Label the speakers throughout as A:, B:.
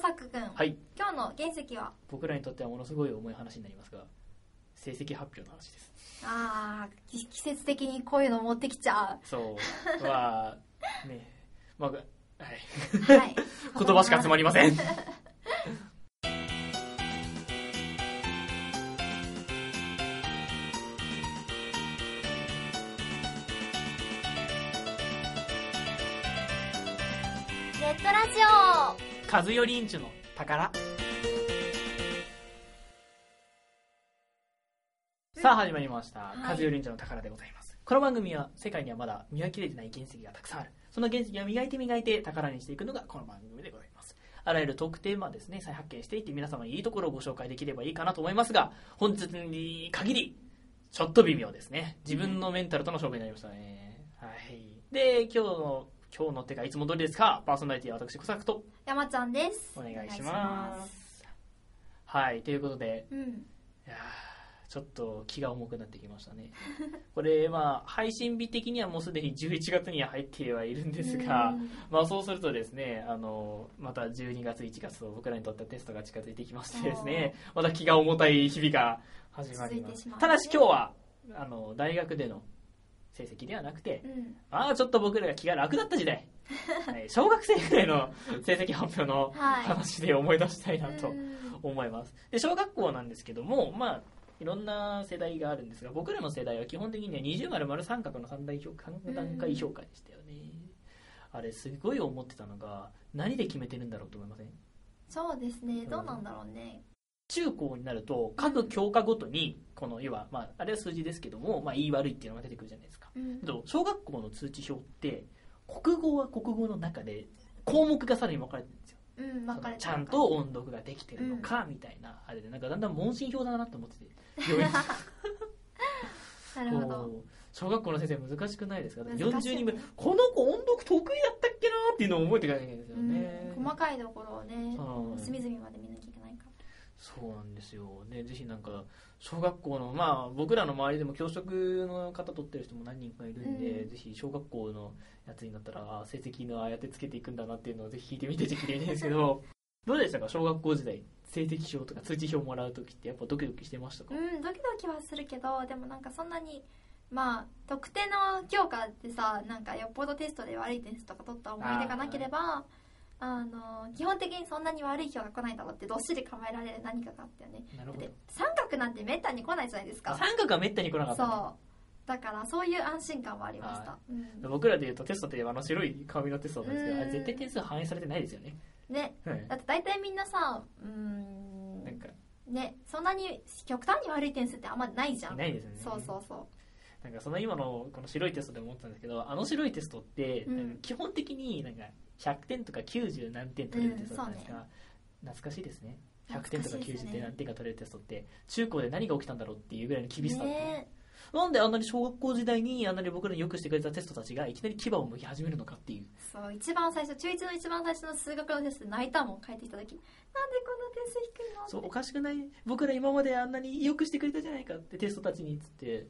A: 作君、
B: はい
A: 今日の原石は
B: 僕らにとってはものすごい重い話になりますが成績発表の話です
A: ああ季節的にこういうの持ってきちゃ
B: そうはねまあはい、
A: うはい
B: 言葉しか集まりません
A: ネットラジオ
B: カズヨリンチュの宝さあ始まりました
A: い
B: 「カズヨリンチュの宝」でございますこの番組は世界にはまだ磨ききれてない原石がたくさんあるその原石を磨いて磨いて宝にしていくのがこの番組でございますあらゆるトークテーマですね再発見していって皆様にいいところをご紹介できればいいかなと思いますが本日に限りちょっと微妙ですね自分のメンタルとの勝負になりましたねはいで今日の今日のってかいつも通りですかパーソナリティは私小作と
A: 山ちゃんです
B: お願いします。はい、ということで、
A: お願いします
B: いやーちょっと気が重くなってきましたね。 これ、まあ、配信日的にはもうすでに11月には入ってはいるん
A: うん
B: ですが
A: う、ん
B: まあ、そうするとですね、あの、また12月、1月と僕らにとってはテストが近づいてきましてですね、また気が重たい日々が始まりま
A: 続いて
B: す。
A: しまう
B: ただし今日は、あの、大学での成績ではなくて、
A: うん
B: ああ、ちょっと僕らが気が楽だった 時代。はい小学生ぐらいの成績発表の
A: は
B: 話で思い出したい
A: い
B: なと
A: うん
B: 思います。で、小学校なんですけども、まあ、いろんな世代があるんですが、僕らの世代は基本的には二重丸丸三角の三大評価三段階評価でしたよね。あれ、すごい思ってたのが、何で決めてるんだろうと思いません
A: そうですねどうなんだろうね
B: 中高になると、各教科ごとに、この、要は、まあ、あれは数字ですけども、まあ、言い悪いっていうのが出てくるじゃないですか。
A: うん
B: けど小学校の通知表って国語は国語の中で項目がさらに分かれてるんですよ
A: うん分かれてる
B: ちゃんと音読ができてるのかみたいなあれでなんかだんだん問診票だなと思ってて病院
A: なるほど
B: こう小学校の先生難しくないですか
A: 難しい
B: 40人目この子音読得意だったっけなーっていうのを覚えていかなきゃいけないんですよね、
A: うん細かいところをね
B: はい
A: 隅々まで見なきゃいけないから
B: そうなんですよねぜひなんか小学校のまあ僕らの周りでも教職の方取ってる人も何人かいるんで、
A: うん
B: ぜひ小学校のやつになったらあー成績のああやってつけていくんだなっていうのをぜひ聞いてみて聞いてみたいんですけどどうでしたか小学校時代成績表とか通知表もらう時ってやっぱドキドキしてましたか、
A: うんドキドキはするけどでもなんかそんなにまあ特定の教科ってさなんかよっぽどテストで悪いテストとか取った思い出がなければあの基本的にそんなに悪い票が来ないだろうってどっしり構えられる何かがあったよね
B: なる
A: だっ
B: ほど
A: て三角なんてめったに来ないじゃないですか
B: 三角はめったに来なかっ
A: そ
B: た、ね、
A: うだからそういう安心感はありました、うん、
B: 僕らでいうとテストってあの白い紙のテストなんですけど、
A: うん
B: あれ絶対点数反映されてないですよね、
A: ね
B: はい
A: だって大体みんなさうん
B: なんか
A: ねそんなに極端に悪い点数ってあんまないじゃん
B: いないですよね
A: そうそうそ
B: なんかその今のこの白いテストでも思ったんですけどあの白いテストって
A: うん
B: なんか基本的になんか100点とか90何点取れるテストじゃないですか、
A: うん
B: 懐かしいですね
A: う
B: 100点とか
A: 懐しいです
B: 90
A: ね
B: 点何点か取れるテストって中高で何が起きたんだろうっていうぐらいの厳しさって、
A: ね
B: なんであんなに小学校時代にあんなに僕らによくしてくれたテストたちがいきなり牙を剥き始めるのかっていう
A: そう一番最初中1の一番最初の数学のテストで泣いたもん帰ってきた時なんでこんな点数低いの
B: そうおかしくない僕ら今まであんなによくしてくれたじゃないかってテストたちにっつって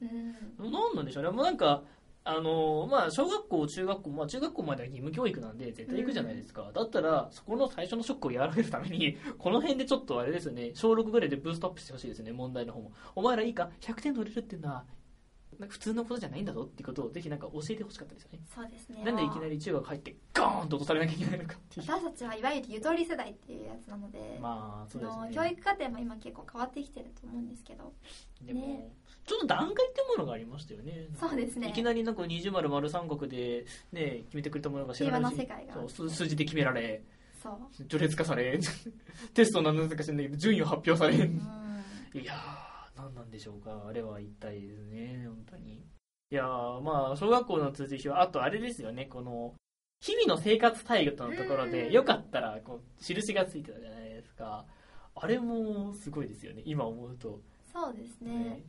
A: うん
B: なんなんでしょうね、もうなんか、あのーまあ、小学校、中学校、まあ、中学校までは義務教育なんで、絶対行くじゃないですか、だったら、そこの最初のショックを和らげるために、 この辺でちょっとあれですよね、小6ぐらいでブーストアップしてほしいですね、問題の方も。お前らいいか、100点取れるっていうのは、なんか普通のことじゃないんだぞっていうことを、ぜひなんか教えてほしかったですよね。
A: そうですね
B: なんでいきなり中学入って、ガーンと落とされなきゃいけないのかっていう。
A: 私たちはいわゆるゆとり世代っていうやつなので,、
B: まあ、そうです
A: の
B: ね。
A: 教育課程も今結構変わってきてると思うんですけど
B: でも、
A: ね
B: ちょっと段階ってものがありましたよね。
A: そうですね
B: いきなりなんか二重丸丸三角で、ね、決めてくれたものが知
A: 平
B: ら
A: 和
B: な
A: ない世
B: し、
A: 界が
B: そう数数字で決められ、
A: そう
B: 序列化され、 テスト何なのか知らないけど、順位を発表され。
A: うん
B: いやー、何なんでしょうか。あれは一体ですね、本当に。いやー、まあ、小学校の通知表、あとあれですよね、この、日々の生活態度のところ
A: う
B: で、
A: ん
B: よかったら、こう、印がついてたじゃないですか。あれもすごいですよね、今思うと。
A: そうですね
B: ね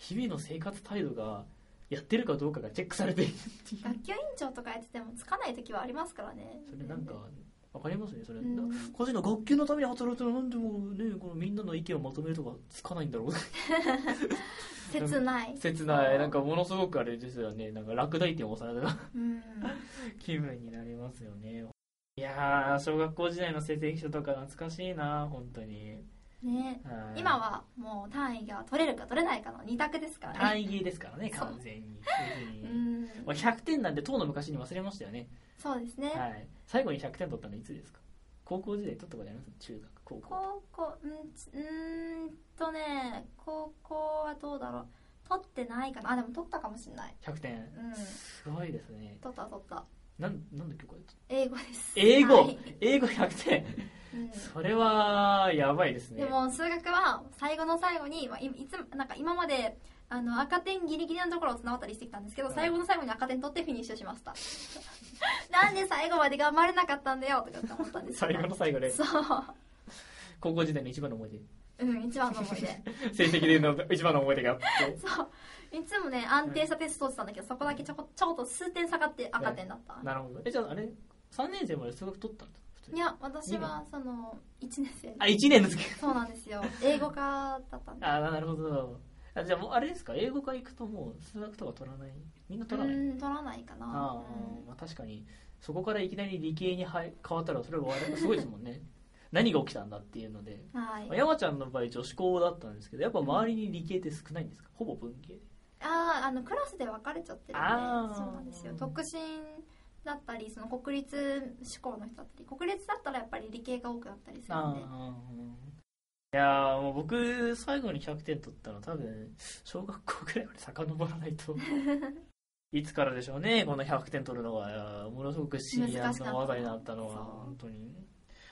B: 日々の生活態度がやってるかどうかがチェックされてい るっていう
A: 学級委員長とかやっててもつかない時はありますからね
B: それなんかわかりますねそれ、
A: うん
B: 個人の学級のために働いてるなんでもねこのみんなの意見をまとめるとかつかないんだろ う
A: 切ない
B: 切ないなんかものすごくあ れですよねなんか落第点を押された
A: うん
B: 気分になりますよねいやー小学校時代の成績書とか懐かしいな本当に、
A: ね
B: はい
A: 今はもう単位が取れるか取れないかの二択ですからね
B: 単位切りですからね
A: そう
B: 完全に
A: う
B: うん
A: ん
B: 俺100点なんてとうの昔に忘れましたよね、
A: そうですね、
B: はい、最後に100点取ったのいつですか高校時代取ったことあります中学高校
A: 高校うんつうーんとね高校はどうだろう取ってないかなあでも取ったかもしれない
B: 100点
A: うん
B: すごいですね
A: 取った取った
B: なんなんだっけこれ
A: 英語です
B: 英語、
A: はい
B: 英語100点
A: うん
B: それはやばいですね
A: でも数学は最後の最後に、まあ、いいつなんか今まであの赤点ギリギリのところを綱渡りしてきたんですけど、
B: はい
A: 最後の最後に赤点取ってフィニッシュしました なんで最後まで頑張れなかったんだよとかって思ったんですけ
B: 最
A: ど
B: 後の最後で
A: そう
B: 高校時代の一番の思い出
A: うん一番の思い出
B: 成績での一番の思い出があ って
A: そういつもね安定したテスト取ってたんだけどそこだけちょこちょこっと数点下がって赤点だった、
B: なるほどえじゃああれ3年生まで数学取ったんだ普通
A: い、
B: に
A: や私はその1年生
B: あ1年の時
A: そうなんです よ英語科だったんで
B: あなるほどあじゃあもうあれですか英語科行くともう数学とか取らないみんな取らないう
A: ーん取らないかな
B: あ
A: うん
B: あ、まあ、確かにそこからいきなり理系にはい変わったらそれは我々すごいですもんね何が起きたんだっていうので
A: はい
B: 山ちゃんの場合女子校だったんですけどやっぱ周りに理系って少ないんですかほぼ文系
A: あーあのクラスで分かれちゃってるんで
B: あー
A: そうなんですよ特進だったりその国立志向の人だったり国立だったらやっぱり理系が多くなったりするんで
B: ああいやーもう僕最後に100点取ったの多分小学校くらいまで遡らないといつからでしょうねこの100点取るのがいやーものすごく深夜
A: 難しかった
B: の技になったのは
A: そう
B: 本当に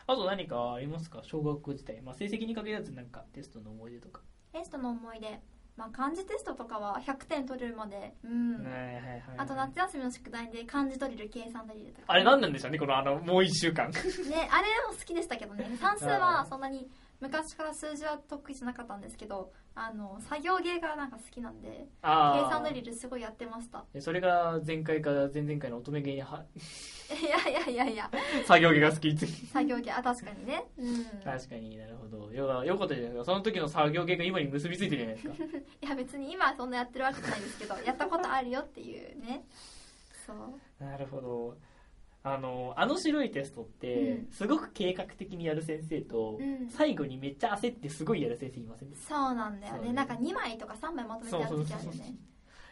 B: あと何かありますか小学校時代、まあ、成績に限らずなんかテストの思い出とか、
A: テストの思い出まあ漢字テストとかは100点取れるまでうん、
B: はいはいはい
A: あと夏休みの宿題で漢字ドリル計算ドリルとか
B: あれ何なんでしょうねこのあのもう1週 間
A: ね、あれも好きでしたけどね算数はそんなに昔から数字は得意じゃなかったんですけどあの作業芸がなんか好きなんで計
B: あ
A: 算ドリルすごいやってました
B: ルそれが前回から前々回の乙女芸にはい
A: や いやいやいや
B: 作業芸が好きって
A: 作業芸あ確かにねうん
B: 確かになるほど要は良かったじゃないですかその時の作業系が今に結びついてるじゃないですか
A: いや別に今はそんなやってるわけじゃないですけどやったことあるよっていうねそう
B: なるほどあのあの白いテストって、
A: うん
B: すごく計画的にやる先生と、
A: うん
B: 最後にめっちゃ焦ってすごいやる先生いません
A: そうなんだよ
B: そう
A: ね
B: ね
A: なんか2枚とか3枚まとめてやる時あるよね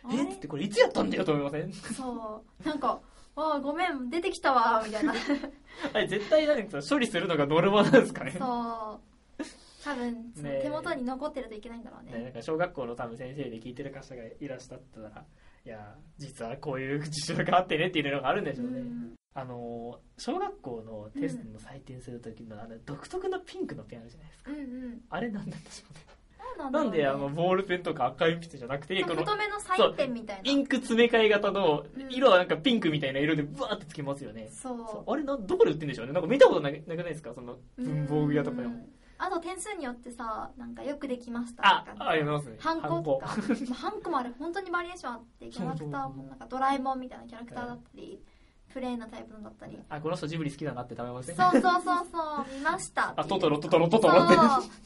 A: あ
B: え
A: れ
B: っってこれいつやったんだよと思いません
A: そうなんか「あーごめん出てきたわ」みたいな
B: あれ絶対なんか処理するのがノルマなんですかね
A: そう多分その
B: ねえ
A: 手元に残ってるといけないんだろうね
B: ねなんか小学校の多分先生で聞いてる方がいらっしゃったらいや実はこういう事情があってねっていうのがあるんでしょうね、
A: うん
B: あの小学校のテストの採点する時のあの独特のピンクのペンあるじゃないですか
A: うんうん
B: あれなんなんでしょうね。
A: なんだ ろ
B: なん
A: うね
B: であのボールペンとか赤い筆じゃな くて、
A: なん
B: こ
A: か
B: の
A: 太めの採点みたい
B: イ
A: な
B: ンク詰め替え型の
A: うん
B: 色はなんかピンクみたいな色でブワーってつけますよね。
A: そ
B: そうあれなどこで売ってんでしょうね。なんか見たことなくなくないですかその
A: う
B: 文房具屋とかで
A: う
B: も。
A: んあと点数によってさなんかよくできましたと
B: あ
A: か、
B: ありますね。
A: ハンコとか
B: ハンコ
A: まあハンコもあれ本当にバリエーションあってキャラクターもなんかドラえもんみたいなキャラクターだったりプレイのタイプのだったり
B: あ、この人ジブリ好きだなって食べませ
A: そ
B: ん
A: うそうそうそう見ました
B: あ、トトロ、トトロ、トトロって。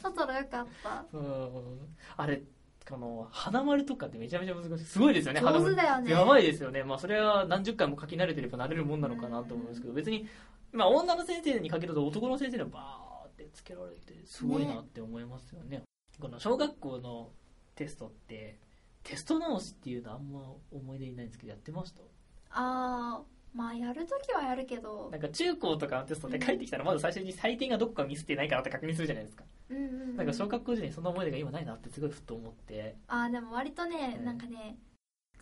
A: そうトトロよかった
B: うんあれ、この、花丸とかってめちゃめちゃ難しい。すごいですよね、花
A: 上手
B: 丸。
A: だよね
B: やばいですよね。まあ、それは何十回も書き慣れてればなれるもんなのかなと思うんですけど、別に、まあ、女の先生にかけると男の先生にはバーってつけられて、すごいなって思いますよね。この小学校のテストって、テスト直しっていうのはあんま思い出にないんですけど、やってました
A: あーまあやるときはやるけど
B: なんか中高とかのテストで帰ってきたら、まず最初に採点がどこかミスってないかなって確認するじゃないですか。
A: うんうんうん
B: なんか小学校時代にそんな思い出が今ないなってすごいふと思って、
A: あーでも割とね、
B: うん
A: なんかね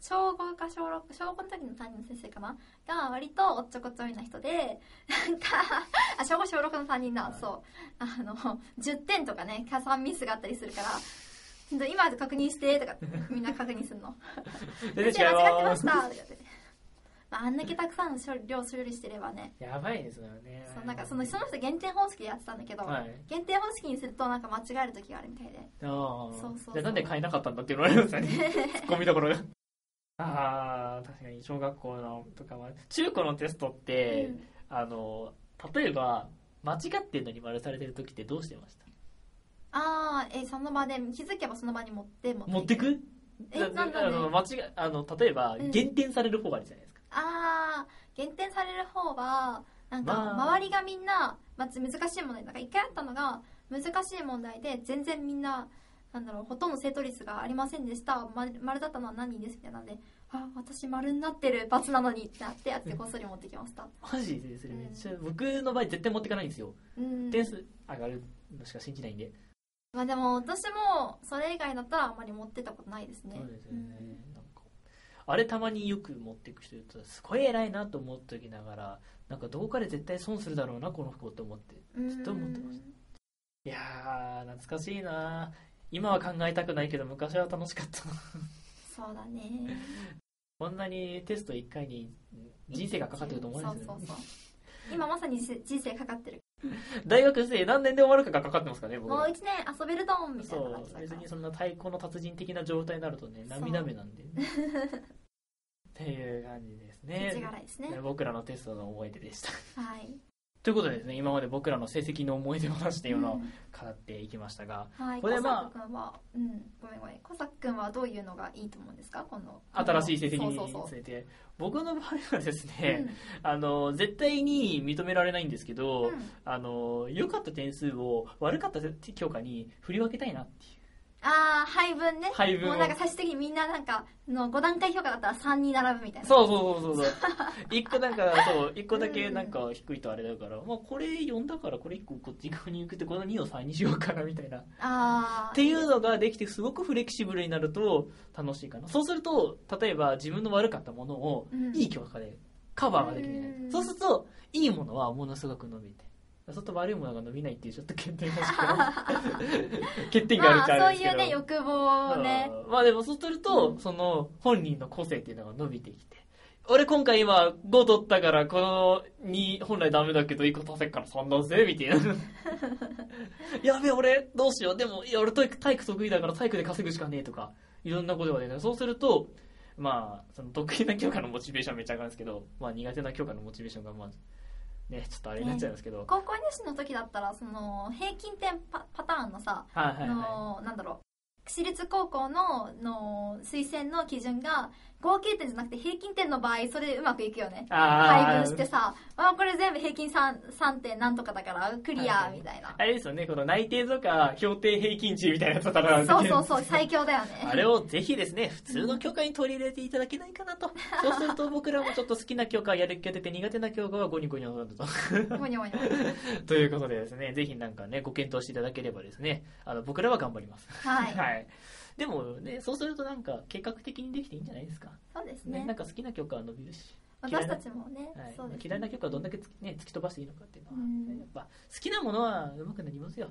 A: 小5か小6小5の時の担任の先生かなが割とおっちょこちょいな人でなんかあ小5小6の担任だ、
B: はい
A: そうあの10点とかね加算ミスがあったりするからちょっと今確認してとか ってみんな確認するの
B: 全
A: 先
B: 然違
A: 生
B: い
A: 間違ってま
B: ます
A: したとかって、まあ、あんだけたくさんの処理量処理してればね
B: やばいですよね。
A: そうなんかそのその人減点方式でやってたんだけど、
B: はい。
A: 減点方式にするとなんか間違える時があるみたいで
B: ああ。
A: そうそうそう
B: じゃあなんで買えなかったんだって言われるんですよね。ツッコミどころが。ああ、確かに小学校のとかは。中古のテストって、
A: うん
B: あの、例えば、間違ってるのに丸されてる時ってどうしてました
A: ああえその場で気づけばその場に持って持って
B: 持ってく
A: え
B: だ
A: なんだ
B: あ
A: ろうね
B: の、間違え、あの、例えば
A: う、ん
B: 減点される方があるじゃないですか。
A: ああ減点される方はなんか
B: まあ
A: 周りがみんな、まず難しい問題なんか一回あったのが難しい問題で全然みんななんだろうほとんど正答率がありませんでしたま丸だったのは何人ですみたいなのであ私丸になってる罰なのにってなってやってこっそり持ってきました
B: マジでそれめっちゃ、僕の場合絶対持ってかないんですよ。
A: うん
B: 点数上がるのしか信じないんで。
A: まあでも私もそれ以外だったらあんまり持ってたことないですね
B: そうですよね。なんか、あれたまによく持っていく人いると、すごい偉いなと思っておきながら、なんかどこかで絶対損するだろうな、この服をと思って。
A: うん
B: ずっと持ってましいやー、懐かしいな今は考えたくないけど、昔は楽しかったな。
A: そうだね
B: こんなにテスト1回に人生がかかってると思うんですよ、ね。
A: そうそうそう今まさに人生かかってる
B: 大学生何年で終わるかがかかってますからね、僕
A: もう
B: は
A: 1。年遊べるドンみた
B: そ
A: いな感
B: う
A: じだか
B: 別
A: ら
B: にそんな太鼓の達人的な状態になるとね
A: そう
B: 涙目なん でっていう感じですね
A: 世知辛いですね
B: ね僕らのテストの思い出でした
A: はい
B: ということでですね今まで僕らの成績の思い出話っていうのを
A: う
B: 語
A: ん
B: っていきましたが、
A: はい、コ
B: これ
A: サ
B: まあ
A: ック君は、うん、ごめんごめん、コサック君はどういうのがいいと思うんですか、この。
B: 新しい成績
A: そう
B: について
A: そうそう。
B: 僕の場合はです
A: う
B: ね、あの絶対に認められないんですけ
A: ん
B: ど、
A: うん
B: あの良かった点数を悪かった教科に振り分けたいなっていう
A: ああ、配分ね。
B: 配分を
A: もうなんか最終的にみんななんか、の五段階評価だったら三に並ぶみたいな。う。
B: そうそうそうそうそう 一個なんかそう一個だけなんか低いとあれだから、まあこれ4だからこれ1個こっち側に行くってこの2を3にしようかなみたいなっ
A: ああ。
B: ていうのができてすごくフレキシブルになると楽しいかなそうすると例えば自分の悪かったものを
A: うん
B: いい教科でカバーができない、
A: うん
B: そうするといいものはものすごく伸びてそうすると悪いものが伸びないっていうちょっと欠点がしか 欠点がある
A: ま
B: から
A: あ、
B: で
A: そうい
B: すけど
A: うね、欲望をね。
B: うんまあでもそうすると、
A: うん
B: その本人の個性っていうのが伸びてきて俺今回今5取ったからこの2本来ダメだけど1個足せっから3だぜみたい なやべえ俺どうしようでもいや俺体育体育得意だから体育で稼ぐしかねえとかいろんなことが出てそうするとまあその得意な教科のモチベーションはめっちゃ上がるんですけど、まあ、苦手な教科のモチベーションがまあねちょっとあれになっちゃうんですけど、
A: 高校入試の時だったら、その平均点パパターンのさ、
B: はいはいは
A: の、なんだろう。私立高校の、の、推薦の基準が、合計点じゃなくて平均点の場合、それでうまくいくよね。
B: いあ
A: 配
B: ー
A: 分してさ、あこれ全部平均 3, 3点なんとかだからクリ
B: は
A: ア
B: い
A: みたいな。
B: あれですよね、この内定とか評定平均値みたいなやつだったら、
A: そうそう そう、最強だよね。
B: あれをぜひですね、普通の教科に取り入れていただけないかなと。そうすると僕らもちょっと好きな教科やる気が出て苦手な教科はゴニゴニなんだと。
A: もにょもにょ。
B: ということでですね、ぜひなんかね、ご検討していただければですね、あの僕らは頑張ります。
A: はい。
B: でもね、そうするとなんか計画的にできていいんじゃないですか。
A: そうです
B: ね、
A: ね
B: なん。か好きな教科は伸びるし。嫌い
A: 私
B: な
A: たちもね、
B: はい
A: そうです、ね。
B: 嫌いな曲はどんだけつき、ね、突き飛ばしていいのかっていうのは、
A: うん
B: やっぱ好きなものは上手くなりますよ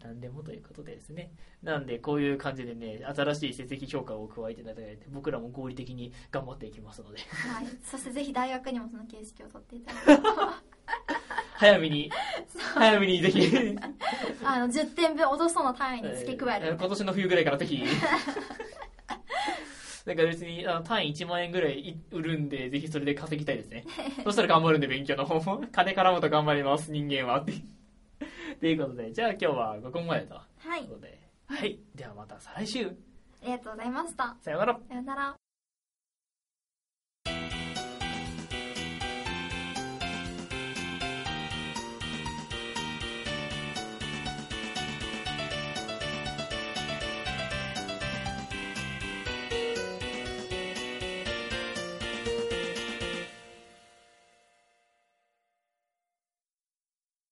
B: 何でもということでですねなんでこういう感じでね新しい成績評価を加えていただいて僕らも合理的に頑張っていきますので
A: はい。そしてぜひ大学にもその形式を取っていただい
B: 早めに早めに ぜひ
A: て、あの、10点分落としそうな単位に付け加える
B: えー
A: みたいな。
B: 今年の冬ぐらいからぜひ なんか別にあの単位1万円ぐらいい売るんでぜひそれで稼ぎたい ですねそしたら頑張るんで勉強の方も金絡むと頑張ります人間はってということでじゃあ今日はここまでと
A: はい
B: という。ことではい、ではまた再来週
A: ありがとうございました。
B: さようなら
A: さよなら。